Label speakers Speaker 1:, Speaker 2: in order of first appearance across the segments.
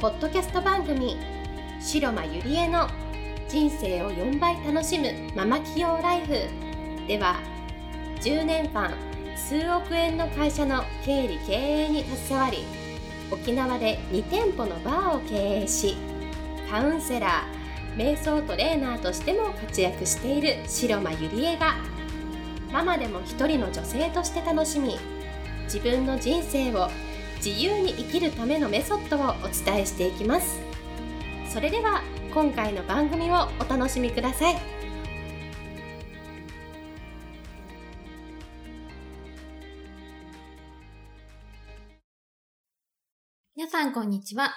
Speaker 1: ポッドキャスト番組「白間ゆりえの人生を4倍楽しむママ起業ライフ」では10年間数億円の会社の経理経営に携わり沖縄で2店舗のバーを経営しカウンセラー瞑想トレーナーとしても活躍している白間ゆりえがママでも一人の女性として楽しみ自分の人生を自由に生きるためのメソッドをお伝えしていきますそれでは今回の番組をお楽しみください
Speaker 2: 皆さん、こんにちは。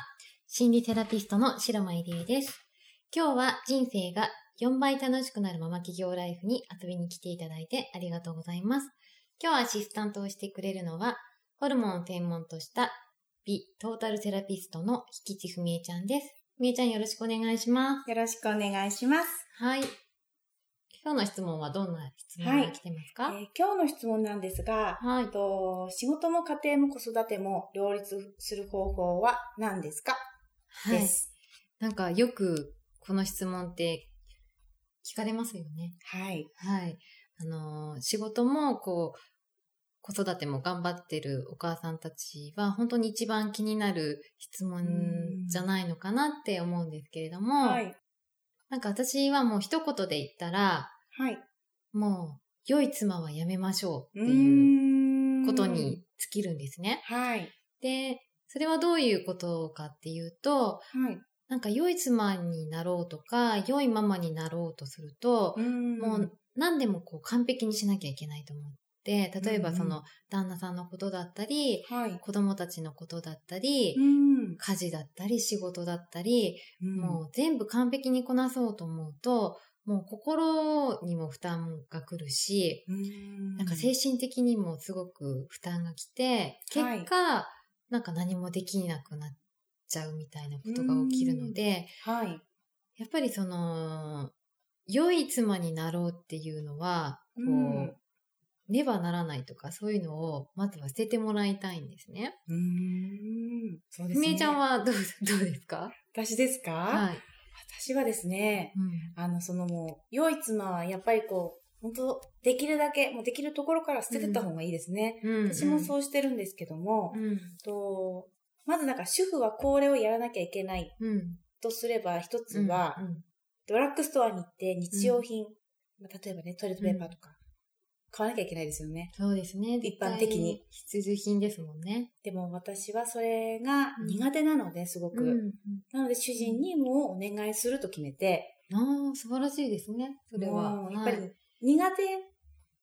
Speaker 2: 心理セラピストの白間入江です。今日は人生が4倍楽しくなるママ企業ライフに遊びに来ていただいてありがとうございます。今日アシスタントをしてくれるのは、ホルモンを専門とした美トータルセラピストの引地文江ちゃんです。文江ちゃんよろしくお願いします。
Speaker 3: よろしくお願いします。
Speaker 2: はい。今日の質問はどんな質問が来てます
Speaker 3: え
Speaker 2: か、
Speaker 3: ー今日の質問なんですが、
Speaker 2: はい
Speaker 3: えっ。と仕事も家庭も子育ても両立する方法は何ですか、
Speaker 2: はい
Speaker 3: です。
Speaker 2: なんかよくこの質問って聞かれますよね。
Speaker 3: はい。
Speaker 2: はい。あのー仕事も、こう、子育ても頑張ってるお母さんたちは、本当に一番気になる質問
Speaker 3: うん
Speaker 2: じゃないのかなって思うんですけれども、
Speaker 3: はい。
Speaker 2: なんか私はもう一言で言ったら、
Speaker 3: はい。
Speaker 2: もう、良い妻はやめましょうっていう
Speaker 3: い
Speaker 2: ことに。尽きるんですね。
Speaker 3: はい。
Speaker 2: で、それはどういうことかっていうと、
Speaker 3: はい。
Speaker 2: なんか良い妻になろうとか、良いママになろうとすると、もう何でもこう完璧にしなきゃいけないと思って例えばそ
Speaker 3: うんう
Speaker 2: の旦那さんのことだったり
Speaker 3: う、はい。
Speaker 2: 子供たちのことだったり、
Speaker 3: ん。
Speaker 2: 家事だったり仕事だったり、もう全部完璧にこなそうと思うともう心にも負担が来るし、
Speaker 3: うん、
Speaker 2: なんか精神的にもすごく負担が来て結
Speaker 3: はい
Speaker 2: 果、なんか何もできなくなっちゃうみたいなことが起きるので。
Speaker 3: はい。
Speaker 2: やっぱりその、良い妻になろうっていうのは、こう、
Speaker 3: うん
Speaker 2: ねばならないとか、そういうのを、まずは捨ててもらいたいんですね。
Speaker 3: うん。そうです
Speaker 2: み
Speaker 3: ね。
Speaker 2: えちゃんはどう、どうですか
Speaker 3: 私ですか、
Speaker 2: はい。
Speaker 3: 私はですね、
Speaker 2: うん
Speaker 3: あの、そのもう、良い妻はやっぱりこう、本当できるだけ、もうできるところから捨ててった方がいいですね。
Speaker 2: うん。
Speaker 3: 私もそうしてるんですけども、
Speaker 2: うん。
Speaker 3: とまずなんか主婦はこれをやらなきゃいけない
Speaker 2: うん。うん。
Speaker 3: とすれば、一つは、ドラッグストアに行って日用品、まあ例えばね、トイレットペーパーとか、買わなきゃいけないですよね。
Speaker 2: そうですね。
Speaker 3: 一般的に
Speaker 2: 絶対必需品ですもんね。
Speaker 3: でも私はそれが苦手なので、すごく。
Speaker 2: うん。
Speaker 3: なので主人にもうお願いすると決めて、
Speaker 2: ああ、素晴らしいですね。それは
Speaker 3: も。うやっぱり
Speaker 2: はい
Speaker 3: 苦手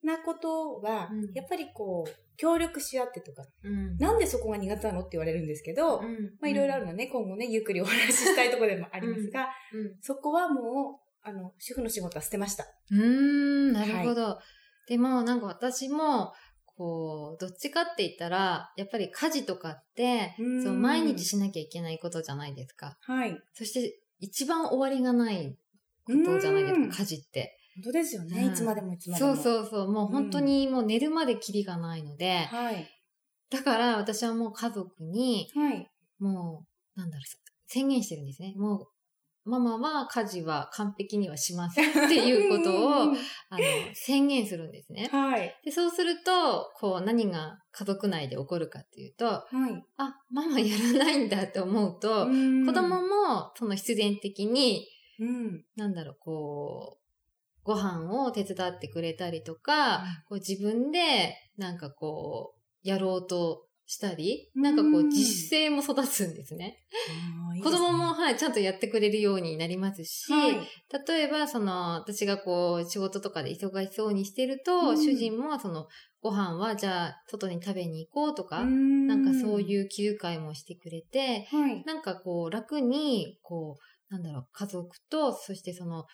Speaker 3: なことは、
Speaker 2: うん
Speaker 3: やっぱりこう、協力し合ってとか、
Speaker 2: うん。
Speaker 3: なんでそこが苦手なのって言われるんですけど、
Speaker 2: うん、
Speaker 3: まあいろいろある
Speaker 2: の。
Speaker 3: のね、今後ね、ゆっくりお話ししたいところでもありますが、
Speaker 2: うん。
Speaker 3: そこはもう、あの、主婦の仕事は捨てました。
Speaker 2: うーん、なるほど。でも、なんか私も、こう、どっちかって言ったら、やっぱり家事とかって、
Speaker 3: うん
Speaker 2: そう、毎日しなきゃいけないことじゃないですか。
Speaker 3: はい。
Speaker 2: そして、一番終わりがないことじゃないです
Speaker 3: うん
Speaker 2: か、家事って。
Speaker 3: 本当ですよね、
Speaker 2: うん
Speaker 3: いつまでもいつまで
Speaker 2: そ
Speaker 3: も。
Speaker 2: うそうそう、もう本当にもう寝るまでキリがないので、
Speaker 3: はい。
Speaker 2: だから私はもう家族に、
Speaker 3: はい。
Speaker 2: もう、なんだろう、宣言してるんですね。もう、ママは家事は完璧にはしませんっていうことを、
Speaker 3: うん
Speaker 2: あの、宣言するんですね。
Speaker 3: はい。
Speaker 2: で、そうすると、こう、何が家族内で起こるかっていうと、
Speaker 3: はい。
Speaker 2: あ、ママやらないんだって思うと、
Speaker 3: 子
Speaker 2: 子供も、その必然的に、
Speaker 3: うん。
Speaker 2: なんだろう、こう、ご飯を手伝ってくれたりとか、こう自分で、なんかこう、やろうとしたり、なんかこう、
Speaker 3: うん
Speaker 2: 自主性も育つんですね。子供も、はい、ちゃんとやってくれるようになりますし、
Speaker 3: はい。
Speaker 2: 例えば、その、私がこう、仕事とかで忙しそうにしてると、
Speaker 3: うん
Speaker 2: 主人も、その、ご飯は、じゃあ、外に食べに行こうとか、な
Speaker 3: なん
Speaker 2: かそう
Speaker 3: う
Speaker 2: いう気遣いもしてくれて、
Speaker 3: ん。はい。
Speaker 2: なんかこう、楽に、こう、なんだろう、家族と、そしてその、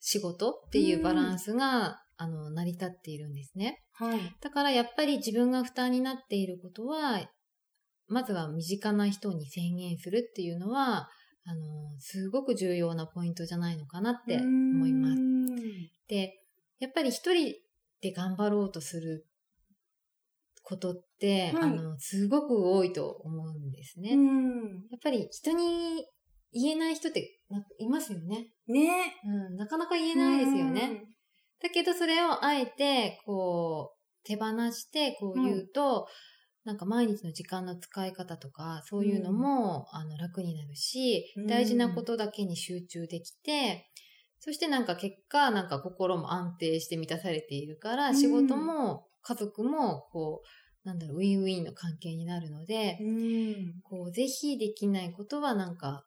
Speaker 2: 仕事っていうバランスが、あの、成り立っているんですね。
Speaker 3: はい。
Speaker 2: だから、やっぱり自分が負担になっていることは、まずは身近な人に宣言するっていうのは、あの、すごく重要なポイントじゃないのかなって思います。
Speaker 3: す。
Speaker 2: で、やっぱり一人で頑張ろうとすることって、
Speaker 3: はい
Speaker 2: あの、すごく多いと思うんですね。
Speaker 3: う
Speaker 2: や
Speaker 3: ん。
Speaker 2: っぱり人に言えない人ってないますよね。
Speaker 3: ね。
Speaker 2: うん、なかなか言えないですよね。
Speaker 3: うん。
Speaker 2: だけどそれをあえて、こう、手放して、こう言うと、なんか毎日の時間の使い方とか、そういうのも、あの楽になるし
Speaker 3: うん、
Speaker 2: 大事なことだけに集中できて、そしてなんか結果、なんか心も安定して満たされているから、
Speaker 3: うん
Speaker 2: 仕事も家族も、こう、なんだろう、ウィンウィンの関係になるので、
Speaker 3: うん。
Speaker 2: こう、ぜひできないことはなんか、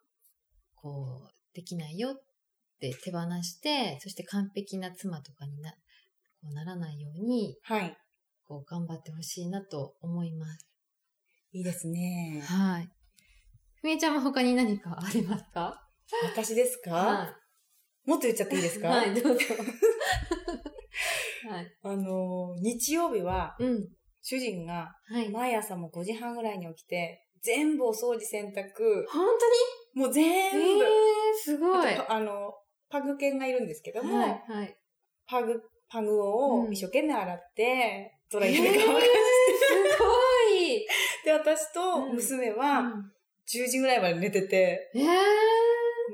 Speaker 2: こう、できないよって手放して、そして完璧な妻とかになこうならないように、
Speaker 3: はい。
Speaker 2: こう、頑張ってほしいなと思います。
Speaker 3: いいですね。
Speaker 2: はい。ふみえちゃんも他に何かありますか
Speaker 3: 私ですか
Speaker 2: は
Speaker 3: もっと言っちゃっていいです
Speaker 2: い。
Speaker 3: か
Speaker 2: はい、どうぞ。はい。
Speaker 3: あのー、日曜日は、
Speaker 2: うん。
Speaker 3: 主人が
Speaker 2: はい。
Speaker 3: 毎朝もう5時半ぐらいに起きて、全部お掃除洗濯、
Speaker 2: 本
Speaker 3: もう
Speaker 2: 当に
Speaker 3: 全
Speaker 2: え
Speaker 3: 部、
Speaker 2: ー、すごい。
Speaker 3: あとあの、パグ犬がいるんですけども、
Speaker 2: はい。はい。
Speaker 3: パグ、パグを
Speaker 2: うん
Speaker 3: 一生懸命洗って、ド
Speaker 2: え
Speaker 3: ライ
Speaker 2: ー、
Speaker 3: ヤ
Speaker 2: す
Speaker 3: ーで乾か
Speaker 2: ごい。
Speaker 3: して、私と娘
Speaker 2: う
Speaker 3: は
Speaker 2: ん
Speaker 3: 10時ぐらいまで寝てて、
Speaker 2: えー、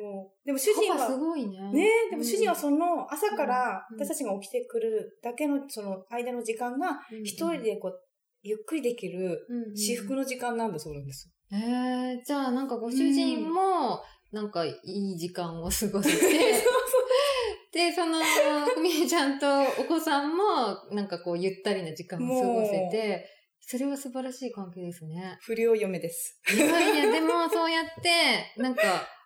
Speaker 3: もう、でも主人
Speaker 2: パパす
Speaker 3: は、
Speaker 2: ごいね。
Speaker 3: ねでも主人は
Speaker 2: の
Speaker 3: その朝から
Speaker 2: うん
Speaker 3: 私たちが起きてくるだけのその間の時間が一人でこう、ゆっくりできる至福
Speaker 2: の。
Speaker 3: の時間なんだそうなんです。
Speaker 2: えー、じゃあなんかご主人も、なんかいい時間を過 ごして、で、その、ふみえちゃんとお子さんも、なんかこうゆったりな時間を過ごせて、それは素晴らしい関係ですね。
Speaker 3: 不良嫁です。
Speaker 2: いやい や、でもそうやって、なんか、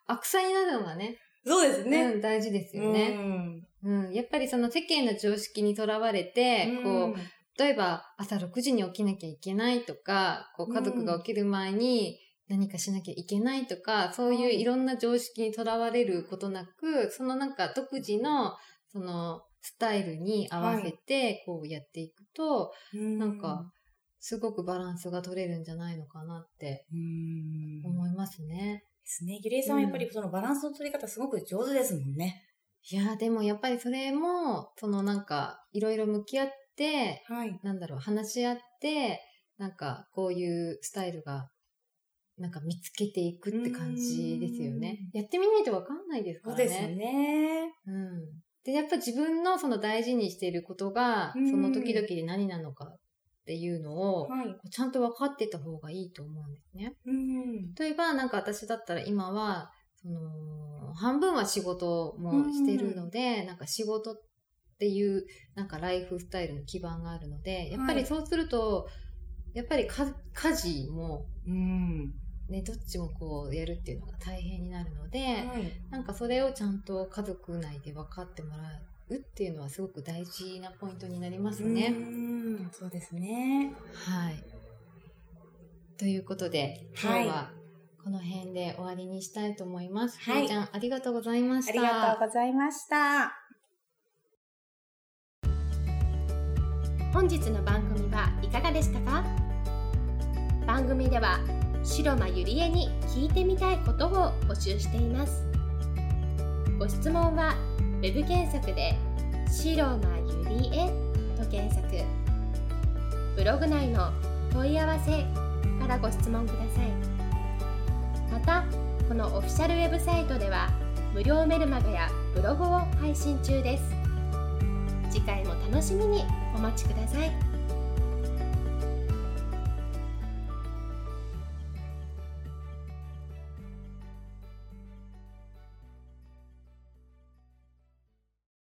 Speaker 2: 悪さになるのがね、
Speaker 3: そうですね。
Speaker 2: うん、大事ですよね、
Speaker 3: ね。
Speaker 2: うん。やっぱりその世間の常識にとらわれて、こう、例えば朝6時に起きなきゃいけないとか、こう家族が起きる前に何かしなきゃいけないとか、そういういろんな常識にとらわれることなく、そのなんか独自の、その、スタイルに合わせて、こうやっていくと、
Speaker 3: う、
Speaker 2: なんか、すごくバランスが取れるんじゃないのかなって
Speaker 3: うん。で
Speaker 2: 思いますね。
Speaker 3: すね。ゆりえさんはやっぱりそのバランスの取り方すごく上手ですもんね。
Speaker 2: いやー、でもやっぱりそれも、そのなんか、いろいろ向き合って、
Speaker 3: はい。
Speaker 2: なんだろう、話し合って、なんか、こういうスタイルが、なんか見つけていくって感じですよね。やってみないとわかんないですか
Speaker 3: そう
Speaker 2: ら
Speaker 3: で
Speaker 2: ね。
Speaker 3: す
Speaker 2: う
Speaker 3: ね。
Speaker 2: ん。で、やっぱ自分のその大事にしていることが、
Speaker 3: うん
Speaker 2: その時々で何なのかっていうのを、
Speaker 3: はい。
Speaker 2: ちゃんと分かってた方がいいと思うんですね。
Speaker 3: うん。
Speaker 2: 例えば、なんか私だったら今は、その、半分は仕事もしてるので、なんか仕事っていう、なんかライフスタイルの基盤があるので、やっぱ
Speaker 3: は
Speaker 2: り
Speaker 3: い
Speaker 2: そうすると、やっぱりか家事も、
Speaker 3: うん。
Speaker 2: ね、どっちもこうやるっていうのが大変になるので、
Speaker 3: はい。
Speaker 2: なんかそれをちゃんと家族内で分かってもらうっていうのはすごく大事なポイントになりますね。
Speaker 3: うん。そうですね。
Speaker 2: はい。ということで、今
Speaker 3: はい
Speaker 2: 日はこの辺で終わりにしたいと思います。
Speaker 3: はい
Speaker 2: はい。ちゃん、ありがとうございました。
Speaker 3: ありがとうございました。
Speaker 1: 本日の番組はいかがでしたか番組では白間ゆりえに聞いてみたいことを募集していますご質問は Web 検索で「白間ゆりえ」と検索ブログ内の問い合わせからご質問くださいまたこのオフィシャルウェブサイトでは無料メルマガやブログを配信中です次回も楽しみにお待ちください